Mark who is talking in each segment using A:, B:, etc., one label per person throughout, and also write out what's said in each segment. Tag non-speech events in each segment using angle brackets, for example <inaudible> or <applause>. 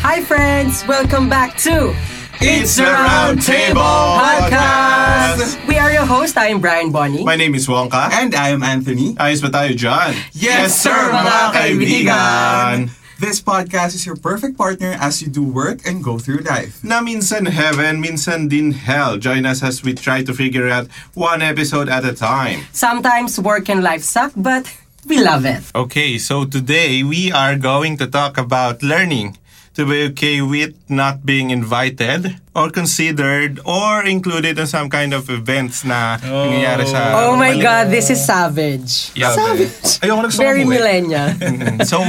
A: Hi friends! Welcome back to
B: It's the Round Table Podcast!
A: We are your host. I am Brian Bonnie.
B: My name is Wonka.
C: And I am Anthony.
B: Ayos ba tayo dyan?
C: Yes, sir, mga kaibigan! This podcast is your perfect partner as you do work and go through life.
B: Na minsan heaven, minsan din hell. Join us as we try to figure out one episode at a time.
A: Sometimes work and life suck, but we love it.
B: Okay, so today we are going to talk about learning. To be okay with not being invited or considered or included in some kind of events na nangyayari sa...
A: Oh my God, this is savage.
B: Ah, Yeah.
A: Savage.
B: Ayoko nagsumbong
A: Very
B: eh. <laughs>
A: millennial.
B: Mm. So,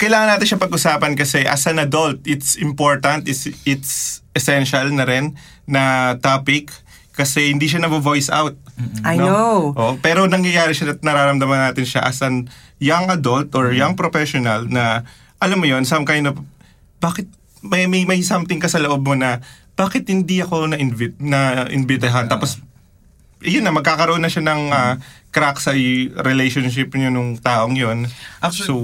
B: kailangan natin siya pag-usapan kasi as an adult, it's important, it's, it's essential na rin na topic kasi hindi siya nabo-voice out.
A: Mm-hmm. I
B: No?
A: know.
B: Oo, pero nangyayari siya at nararamdaman natin siya as an young adult or
A: Mm-hmm.
B: young professional na, alam mo yon some kind of, bakit may, may, may something ka sa loob mo na, bakit hindi ako na-invite, na-invitehan? Tapos, yun na, magkakaroon na siya ng ah, crack sa i- relationship niyo nung taong yun.
C: Actually-
B: so,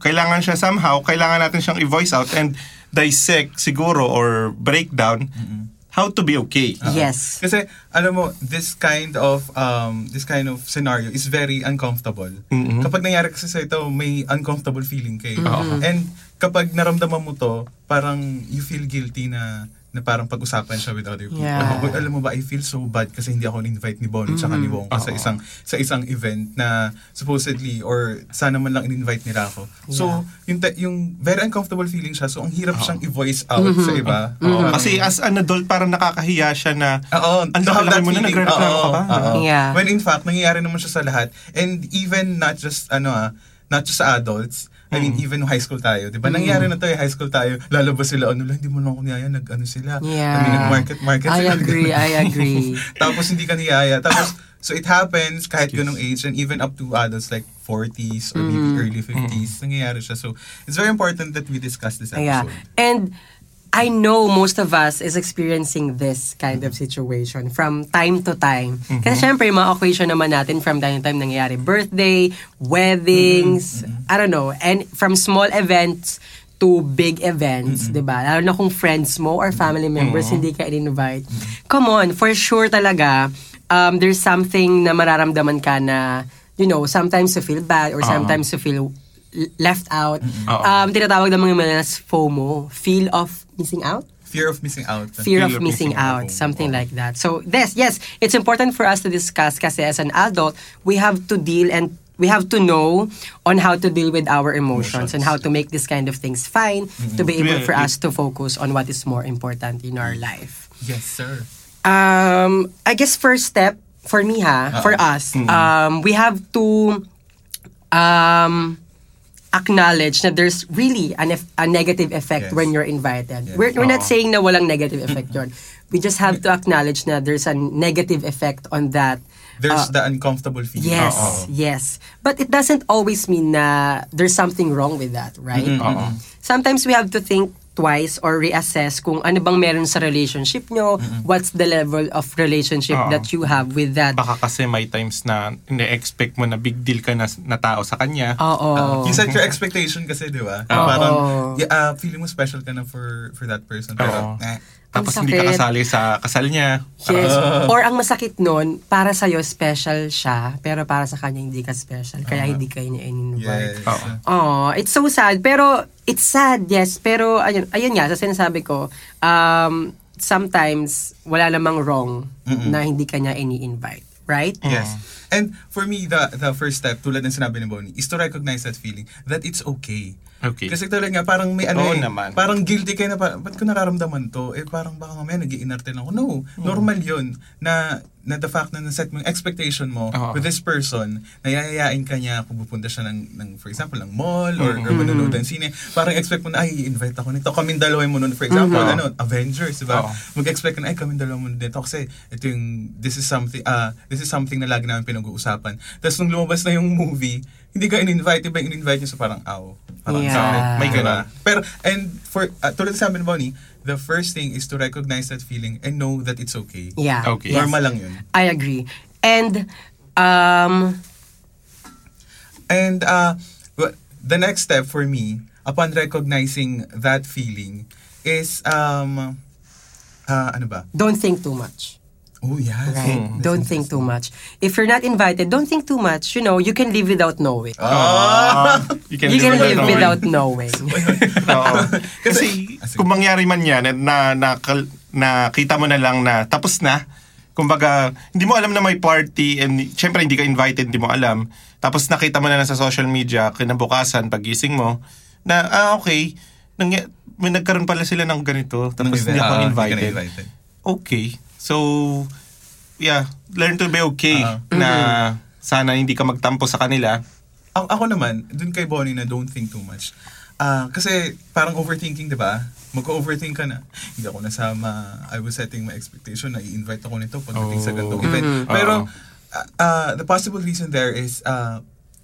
B: kailangan siya somehow, kailangan natin siyang i-voice out and dissect siguro or breakdown how to be okay.
C: Uh-huh.
A: Yes.
C: Kasi alam mo, this kind of um this kind of scenario is very uncomfortable. Kapag nangyari kasi sa ito, may uncomfortable feeling kay. And kapag naramdaman mo to, parang you feel guilty na na parang pag-usapan siya with other people.
A: Yeah.
C: Uy, alam mo ba, I feel so bad kasi hindi ako in-invite ni Bonnie tsaka ni Wong sa isang sa isang event na supposedly or sana man lang in-invite nila ako. So, yung ta- yung very uncomfortable feeling siya. So, ang hirap siyang i-voice out
A: Mm-hmm.
C: sa iba.
B: Oo,
C: Parang-
B: Kasi as an adult, parang nakakahiya siya na,
C: Oo,
B: ang laki mo na, nagre ka pa.
A: Yeah.
C: When in fact, nangyayari naman siya sa lahat. And even not just, ano ah, not just sa adults, I mean,
B: Mm.
C: even high school tayo, di ba? Nangyari na to, eh, high school tayo, lalabas sila, ano lang, hindi mo lang ako niyaya, nag-ano sila. I mean,
A: Yeah.
C: nag-market-market
A: I
C: sila.
A: agree,
C: <laughs>
A: I
B: <laughs>
A: agree.
C: Tapos hindi ka niyaya.
A: <laughs>
C: Tapos, so it happens kahit ganong age and even up to adults like 40s or
A: Mm.
C: maybe early
B: Mm.
C: 50s, nangyayari siya. So, it's very important that we discuss this
A: Yeah.
C: episode.
A: And I know most of us is experiencing this kind of situation from time to time. Kasi syempre, yung mga occasion naman natin from time to time nangyayari. Birthday, weddings, I don't know. And from small events to big events, di ba? Lalo na kung friends mo or family members hindi ka in-invite. Come on, for sure talaga, um, there's something na mararamdaman ka na, you know, sometimes you feel bad or sometimes you feel l- left out.
B: Oo.
A: Um, tinatawag ng mga millennials FOMO, feel of missing out,
C: Fear of missing out.
A: fear of missing out, Oh. something like that. So yes, yes, it's important for us to discuss kasi as an adult, we have to deal and we have to know on how to deal with our emotions, Mm-hmm. and how to make this kind of things fine to be able
B: Yeah,
A: for
B: it-
A: us to focus on what is more important in our life.
C: Yes, sir.
A: Um, I guess first step for me ha,
C: Ah.
A: for us,
C: Mm-hmm.
A: um, we have to um, acknowledge that there's really an eff- a negative effect
C: Yes.
A: when you're invited. We're, we're not saying na walang negative
C: <laughs>
A: effect yon. We just have to acknowledge na there's a negative effect on that. uh,
C: There's the uncomfortable feeling.
A: Yes, yes. But it doesn't always mean na there's something wrong with that, right? Sometimes we have to think twice or reassess kung ano bang meron sa relationship nyo, what's the level of relationship
B: Oo.
A: that you have with that.
B: Baka kasi may times na ine-expect mo na big deal ka na, na tao sa kanya.
A: Oh,
C: <laughs>
A: Oo.
C: You set
B: Oh.
C: your expectation kasi, di ba? Na
A: Oo.
C: Parang, yeah, ah, feeling mo special ka na for for that person.
B: Oo.
C: Pero, eh.
B: Tapos
A: Ang
B: hindi ka
A: sakit.
B: kasali sa kasal niya.
A: Yes. Or ang masakit nun, para sa'yo special siya, pero para sa kanya hindi ka special, kaya hindi kayo niya in-invite.
C: yes.
B: Oo.
A: Oh, it's so sad. Pero, it's sad, yes. Pero, ayun, ayun nga, sa sinasabi ko, um, sometimes, wala namang wrong na hindi ka niya ini-invite. Right?
C: Yes.
B: Mm.
C: And for me, the the first step, tulad ng sinabi ni Bonnie, is to recognize that feeling that it's okay.
B: Okay.
C: Kasi tulad nga, parang may ano
B: Oo
C: eh,
B: naman.
C: parang guilty kayo na, parang, ba't ko nararamdaman to? Eh, parang baka mamaya nag iinarte lang ako. No,
B: Mm.
C: normal yun na, na the fact na naset mo yung expectation mo
B: Oo.
C: with this person, nayayayain ka niya kung pupunta siya ng, ng for example, ng mall
B: Mm.
C: or, or manonood ng sine. Parang expect mo na, ay, invite ako nito. Kaming dalawa yung manonood. For example,
B: Mm.
C: ano, Avengers, di ba?
B: Oo.
C: mag-expect ka na, ay, kami dalawa muna dito kasi ito yung, this is something, ah, this is something na lagi namin pinag-uusapan. Tapos nung lumabas na yung movie, hindi ka in-invite, iba yung in-invite nyo sa parang, aw. Parang
A: Yeah.
C: sakit.
B: May
C: Diba?
B: ganun.
C: Pero, and for, ah, tulad sa amin, Bonnie, the first thing is to recognize that feeling and know that it's okay.
A: Yeah.
B: Okay.
A: Yes.
C: Normal lang yun.
A: I agree. And, um,
C: And uh, w- the ah, next step for me upon recognizing that feeling is um ah, ano ba?
A: Don't think too much.
C: Oh, yes.
A: Right?
B: Hmm.
A: Don't think too much. If you're not invited, don't think too much. You know, you can live without knowing.
C: <laughs>
B: Ah,
A: Uh, you can live
B: knowing.
A: without knowing.
B: Oo.
C: <laughs>
B: Kasi
C: Ah,
B: kung mangyari man yan, at na, na, kal- nakita mo na lang na tapos na, kumbaga, hindi mo alam na may party and syempre hindi ka invited, hindi mo alam. Tapos nakita mo na lang sa social media, kinabukasan, pagising mo, na ah, okay, nangya- may nagkaroon pala sila ng ganito, tapos
C: Nang-
B: hindi ako
C: ah, ka na
B: invited.
C: invited.
B: Okay. So, yeah, learn to be okay
C: Ah.
B: na sana hindi ka magtampo sa kanila.
C: Ang ako naman, dun kay Bonnie na don't think too much. Ah, kasi parang overthinking, 'di ba? Mag-overthink ka na. Hindi ako nasama. I was setting my expectation na i-invite ako nito pagdating sa
B: Oh.
C: ganitong event.
B: Mhm.
C: Pero
B: Oo.
C: ah, ah, the possible reason there is ah,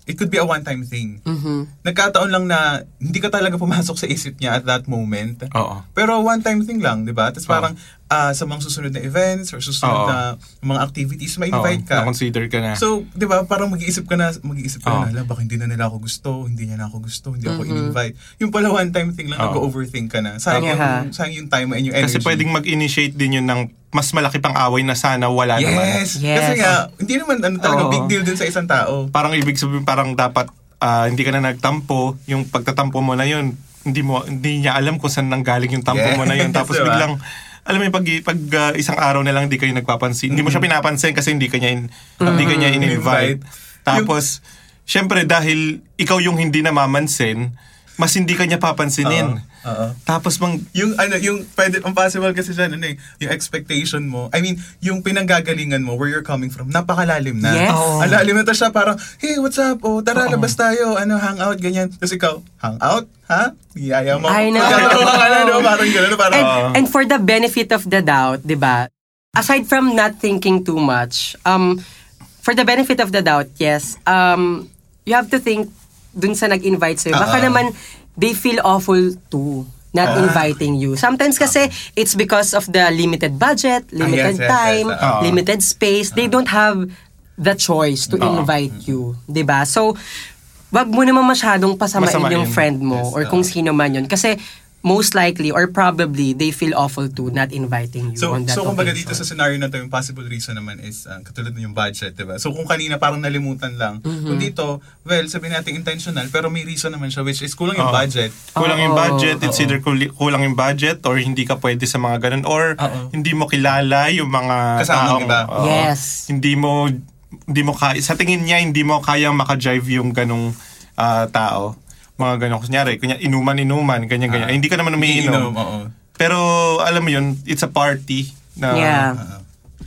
C: it could be a one-time thing.
B: Mm-hmm.
C: Nagkataon lang na hindi ka talaga pumasok sa isip niya at that moment.
B: Oo.
C: Pero one-time thing lang, di ba? Tapos
B: Oo.
C: parang ah, sa mga susunod na events or
B: Oo.
C: susunod na mga activities, ma-invite
B: Oo,
C: ka.
B: Na-consider ka na.
C: So, di ba, parang mag-iisip ka na, mag-iisip ka
B: Oo.
C: na, ala, baka hindi na nila ako gusto, hindi niya na ako gusto, hindi ako
A: Mm-hmm.
C: in-invite. Yung pala one-time thing lang,
B: Oo.
C: nag-overthink ka na. Sayang,
A: Tama.
C: yung, sayang yung time and yung
B: Oh.
C: energy.
B: Kasi pwedeng mag-initiate din yun ng mas malaki pang away na sana wala naman.
C: Yes!
A: Yes.
C: Kasi nga, hindi naman ano
B: Oo.
C: talaga, big deal din sa isang tao.
B: Parang ibig sabihin, parang dapat ah, hindi ka na nagtampo. Yung pagtatampo mo na yun, hindi mo hindi niya alam kung saan nanggaling yung tampo mo na yun.
C: Yes,
B: Tapos
C: diba?
B: biglang, alam mo yung pag, pag ah, isang araw na lang hindi kayo nagpapansin. Hindi mo siya pinapansin kasi hindi kanya in, hindi kanya in-invite.
C: Invite.
B: Tapos, syempre dahil ikaw yung hindi namamansin, mas hindi kanya papansinin.
C: Oo.
B: Tapos mang
C: Yung ano, yung pwede, ang possible kasi dyan, ano eh, yung expectation mo, I mean, yung pinanggagalingan mo, where you're coming from, napakalalim na.
A: Yes.
B: Oo.
C: Ang lalim na to siya, parang, hey, what's up? O, tara, labas tayo, ano, hang out, ganyan. Tapos ikaw, hang out? Ha? Yaya mo.
A: I know.
C: Magkakatawa ka na, no? Parang gano'n, parang, oh.
B: Oo.
A: and, and for the benefit of the doubt, di ba? Aside from not thinking too much, um, for the benefit of the doubt, yes, um, you have to think dun sa nag-invite sa'yo. Baka
C: Oo.
A: naman, they feel awful too not
C: Oo.
A: inviting you. Sometimes kasi it's because of the limited budget, limited
C: Ah, yes, yes,
A: time,
C: yes, Uh-huh. oo.
A: limited space. They don't have the choice to
C: Uh-huh.
A: invite you, 'di ba? So, wag mo naman masyadong pasamain,
B: Masamain.
A: yung friend mo
C: Yes,
A: or
C: oo.
A: kung sino man yun. Kasi most likely or probably they feel awful too not inviting you
C: So,
A: on that
C: so kumbaga dito sa
A: occasion.
C: scenario na to, yung possible reason naman is ah, katulad na yung budget, di ba? So kung kanina parang nalimutan lang,
A: Mm-hmm.
C: kung dito, well, sabihin natin intentional, pero may reason naman siya which is kulang yung
B: Oo.
C: budget.
B: kulang yung
A: Oo.
B: budget, it's either kul- kulang yung budget or hindi ka pwede sa mga ganun or
C: Oo.
B: hindi mo kilala yung mga
C: Kasama
B: taong-
C: ng iba.
B: oo.
A: Yes.
B: Hindi mo hindi mo kaya sa tingin niya hindi mo kayang maka-jive yung ganung ah, tao. Mga ganun kunyari, kunya inuman-inuman, ganyan
C: Ah.
B: ganyan. hindi ka naman
C: Iinom,
B: umiinom.
C: oo.
B: Pero alam mo yun, it's a party na
A: Yeah.
C: Ah.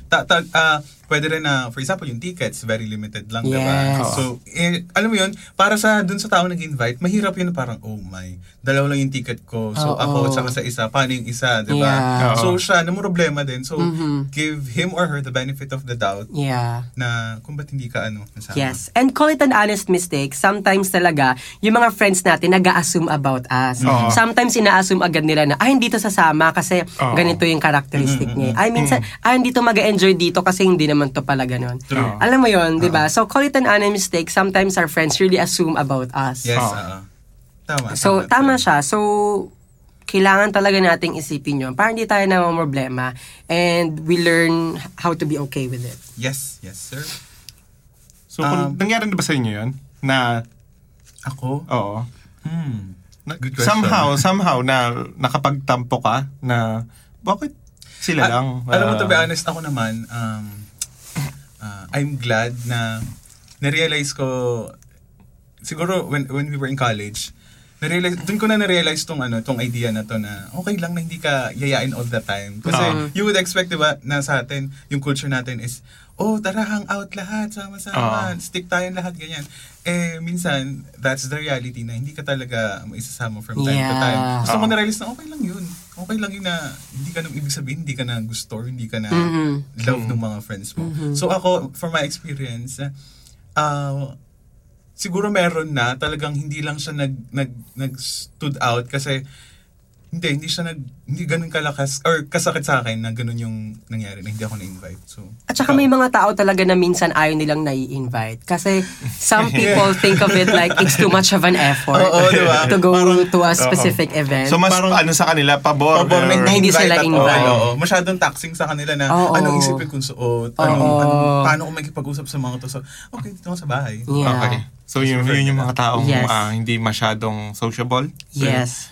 C: ta, ta, ah, pwede rin na, for example, yung tickets, very limited lang, di ba?
A: Yes.
C: So, eh, alam mo yun, para sa dun sa tao nag-invite, mahirap yun parang, oh my, dalawa lang yung ticket ko.
A: Oo.
C: So, ako at saka sa isa, paano yung isa, di ba?
A: Yeah. Mm-hmm.
C: So, siya, namumroblema din. So, give him or her the benefit of the doubt
A: Yeah.
C: na kung ba't hindi ka ano, nasama.
A: Yes. And call it an honest mistake. Sometimes talaga, yung mga friends natin nag assume about us.
B: Oo.
A: Sometimes ina-assume agad nila na, ay, hindi to sasama kasi
B: Oo.
A: ganito yung characteristic niya. Ay,
C: Mm.
A: minsan, ay, "Ah, hindi to mag enjoy dito kasi hindi naman to pala ganun.
C: True.
A: Alam mo yon di ba? So, call it an honest mistake. Sometimes our friends really assume about us.
C: Yes,
B: Oo.
C: oo. Tama.
A: So, tama siya. So, kailangan talaga nating isipin yun. Para hindi tayo na problema. And we learn how to be okay with it.
C: Yes, yes, sir.
B: So kung
C: Um,
B: nangyari na ba sa inyo 'yun na
C: Ako?
B: oo.
C: Hmm.
B: Na-
C: Good question.
B: somehow, somehow na nakapagtampo ka na bakit sila
C: Ah,
B: lang?
C: alam mo,
B: ah,
C: to be honest, ako naman, um, ah, I'm glad na na-realize ko, siguro when, when we were in college, na-realize, dun ko na na-realize tong, ano, tong idea na to na okay lang na hindi ka yayain all the time. Kasi
B: Ah.
C: you would expect, di ba, na sa atin, yung culture natin is, oh, tara, hang out lahat, sama-sama,
B: Ah.
C: stick tayo lahat, ganyan. Eh, minsan, that's the reality na hindi ka talaga maisasama from time to
A: Yeah.
C: time. Gusto ko
B: Ah.
C: na-realize na okay lang yun. Okay lang yun na hindi ka nang ibig sabihin, hindi ka na gusto or hindi ka na
A: Mhm.
C: love ng mga friends mo.
A: Mm-hmm.
C: So ako, from my experience, ah, siguro meron na talagang hindi lang siya nag, nag, nag stood out kasi hindi, hindi siya nag, hindi ganun kalakas, or kasakit sa akin na ganun yung nangyari na hindi ako na-invite. So,
A: At saka may mga tao talaga na minsan ayaw nilang nai-invite. Kasi
C: <laughs>
A: some people think of it like it's too much of an effort
C: Oo, di ba?
A: to go
C: Parang-
A: to a specific event.
B: Uh-huh. So mas
C: Parang-
B: ano sa kanila, pabor.
C: Pabor na
B: or-
A: hindi sila
C: at all.
A: invite.
C: Oo, masyadong taxing sa kanila na
A: Oo.
C: anong isipin kong suot, anong,
A: Oo.
C: anong- paano ko makipag-usap sa mga to. So, okay, dito ako sa bahay.
A: yeah.
B: Okay. So yun, yun yung mga taong
A: Yes.
B: ah, hindi masyadong sociable. So,
A: Yes.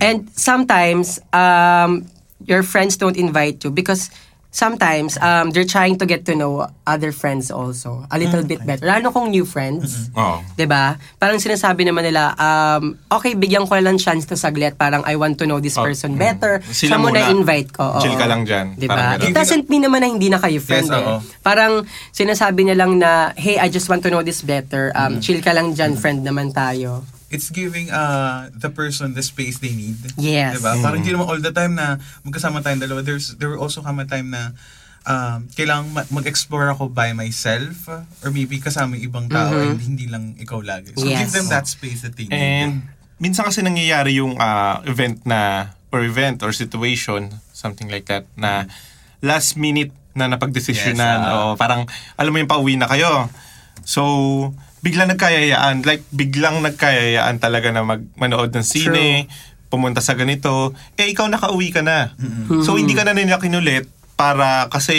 A: And sometimes um, your friends don't invite you because sometimes um, they're trying to get to know other friends also a
C: Mm.
A: little bit better. Lalo kung new friends.
B: Oo.
A: 'Di ba? Diba? Parang sinasabi naman nila, um, okay, bigyan ko na lang chance to saglit. Parang I want to know this
B: Oh,
A: person
B: mm.
A: better. Siya
B: Sila
A: mo
B: muna.
A: na-invite ko. Oo.
B: Chill ka lang dyan. Parang
A: Diba?
B: ganun.
A: It doesn't mean naman na hindi na kayo friend.
C: Yes,
A: eh.
C: oo.
A: Parang sinasabi niya lang na, hey, I just want to know this better.
B: Mm-hmm.
A: Um, Chill ka lang dyan, friend naman tayo.
C: It's giving uh, the person the space they need.
A: Yes.
C: Diba? Parang hindi naman all the time na magkasama tayong dalawa. There's, there will also come a time na um, kailangan ma- mag-explore ako by myself uh, or maybe kasama yung ibang tao and hindi lang ikaw lagi. So
A: Mm-hmm. Yes.
C: give them that space that they need.
B: And minsan kasi nangyayari yung ah, event na or event or situation, something like that na last minute na napagdesisyonan
C: Yes,
B: o
C: ah.
B: parang alam mo yung pauwi na kayo. So biglang nagkayayaan, like biglang nagkayayaan talaga na mag manood ng sine, pumunta sa ganito, eh ikaw nakauwi ka na. So hindi ka na nila kinulit para kasi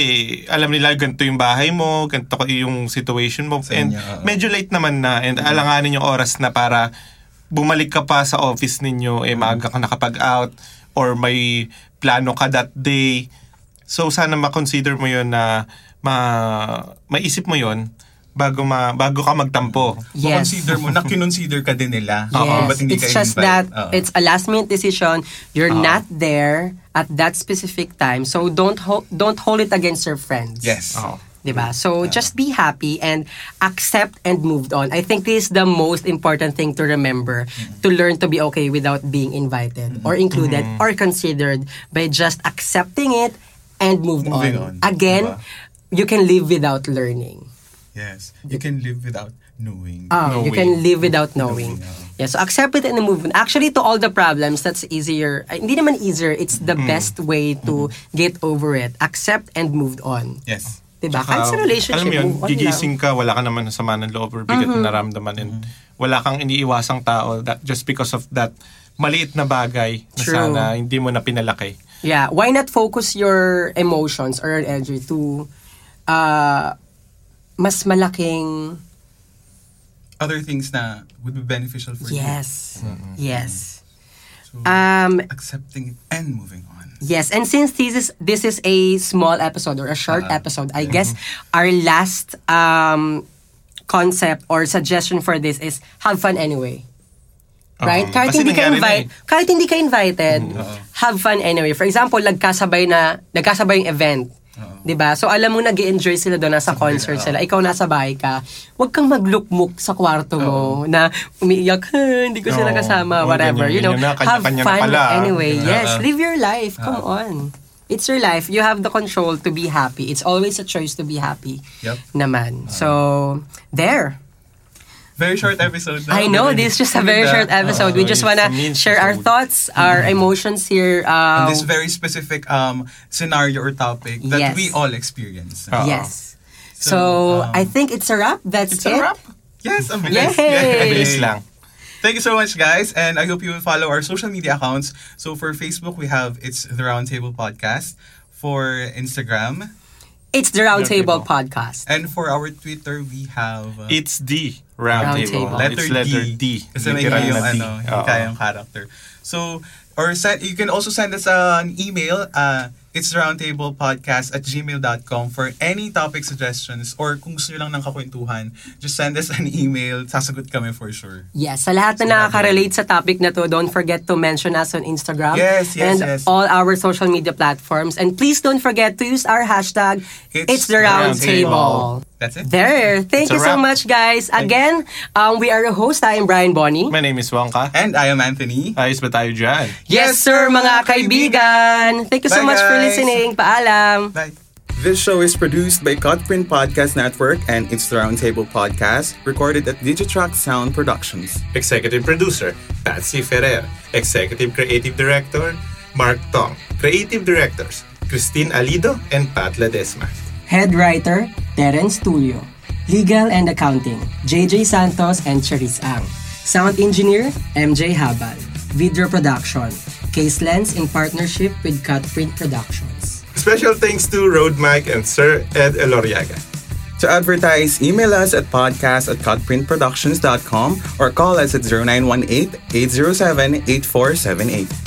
B: alam nila ganito yung bahay mo, ganito ka- yung situation mo.
C: Sa
B: and
C: inyo, oo.
B: medyo late naman na and alanganin yung oras na para bumalik ka pa sa office ninyo, eh maaga ka nakapag-out or may plano ka that day. So sana makonsider mo yun na ma maisip mo yun bago ma, bago ka magtampo.
A: Yes.
C: Consider mo na kinonsider ka din nila.
A: Yes.
C: Ba't hindi
A: it's
C: ka
A: just
C: invite?
A: that
C: Oo.
A: it's a last minute decision. You're not there at that specific time. So don't ho- don't hold it against your friends.
C: Yes.
B: Oo.
A: 'Di ba? So just be happy and accept and move on. I think this is the most important thing to remember to learn to be okay without being invited or included or considered by just accepting it and move on.
C: Moving on.
A: Again,
C: Diba?
A: you can live without learning.
C: Yes. You can live without knowing.
A: Ah, you
B: Knowing.
A: can live without knowing.
C: Knowing,
A: Yeah, so accept it and move on. Actually, to all the problems, that's easier. Ay, hindi naman easier, it's the best way to get over it. Accept and move on.
C: Yes.
A: Diba? Kahit sa relationship,
B: Alam mo yun,
A: move on lang. Mm-hmm.
B: gigising ka, wala ka naman ng sama ng loob or bigat na naramdaman and wala kang iniiwasang tao that just because of that maliit na bagay na
A: True.
B: sana hindi mo na pinalaki.
A: Yeah, why not focus your emotions or your energy to uh, mas malaking
C: Other things na would be beneficial for
A: yes. Yes.
C: you. So,
A: Um,
C: accepting it and moving on.
A: Yes, and since this is this is a small episode or a short episode, I guess our last um concept or suggestion for this is have fun anyway. Right?
B: Oo.
A: kahit
B: Kasi
A: hindi ka invite,
B: nangyari na eh. Mm.
A: kahit hindi ka invited, have fun anyway. For example, nagkasabay na nagkasabay yung event. 'Di ba? So alam mo nag-enjoy sila doon nasa concert sila. Ikaw nasa bahay ka. Huwag kang maglukmok sa kwarto mo na umiiyak, "Ah, hindi ko sila
B: Oo.
A: kasama,
B: Oo,
A: whatever.
B: ganyan,
A: you know,
B: ganyan na,
A: have
B: kanya-kanya
A: fun
B: na pala.
A: anyway.
B: Yeah.
A: Yes, live your life. Come on. It's your life. You have the control to be happy. It's always a choice to be happy.
C: Yup.
A: Naman. So, there.
C: Very short episode. na.
A: I know this is just a very short
C: Ganda.
A: episode. We
B: Oo,
A: just
B: it's
A: wanna
B: a mean
A: share our
B: episode.
A: thoughts, our emotions here. Uh,
C: On this very specific um, scenario or topic
A: Yes.
C: that we all experience.
B: Ah.
A: yes. So,
C: So, um,
A: I think it's a wrap. That's
C: It's
A: it.
C: a wrap. Yes, ang
A: Yay!
C: bilis.
A: Ang
B: Bilis lang.
C: Thank you so much, guys, and I hope you will follow our social media accounts. So for Facebook, we have It's the Roundtable Podcast. For Instagram
A: It's the Roundtable
B: Roundtable.
A: Podcast.
C: and for our Twitter, we have uh,
B: It's D. Roundtable.
A: Roundtable.
B: It's letter D.
C: Kasi may
B: Literal
C: yung
B: na D.
C: ano,
B: Oo.
C: hindi kayang character. So, or send, you can also send us uh, an email. Uh, it's roundtablepodcast at gmail.com for any topic suggestions or kung gusto nyo lang ng kakwentuhan, just send us an email. Sasagot kami for sure.
A: Yes, sa lahat na nakaka-relate sa topic na to, don't forget to mention us on Instagram
C: Yes, yes,
A: and
C: yes.
A: all our social media platforms. And please don't forget to use our hashtag, It's, the Roundtable.
C: That's it.
A: There. Thank
B: It's a
A: you so
B: wrap.
A: much, guys. Again, um, we are your host. I am Brian Bonnie.
B: My name is Wongka.
C: And I am Anthony.
B: Ayos ba tayo dyan?
A: Yes, sir, mga kaibigan. Thank you so
C: Bye,
A: much for
C: guys.
A: listening. Paalam.
C: Bye. This show is produced by Cutprint Podcast Network and its Roundtable Podcast, recorded at Digitrack Sound Productions.
B: Executive Producer, Patsy Ferrer. Executive Creative Director, Mark Tong. Creative Directors, Christine Alido and Pat Ledesma.
A: Head writer, Terence Tulio. Legal and Accounting, JJ Santos and Cherise Ang. Sound engineer, MJ Habal. Video production, Case Lens in partnership with Cutprint Productions.
B: Special thanks to Road Mike and Sir Ed Eloriaga.
C: To advertise, email us at podcast at cutprintproductions.com or call us at 0918-807-8478.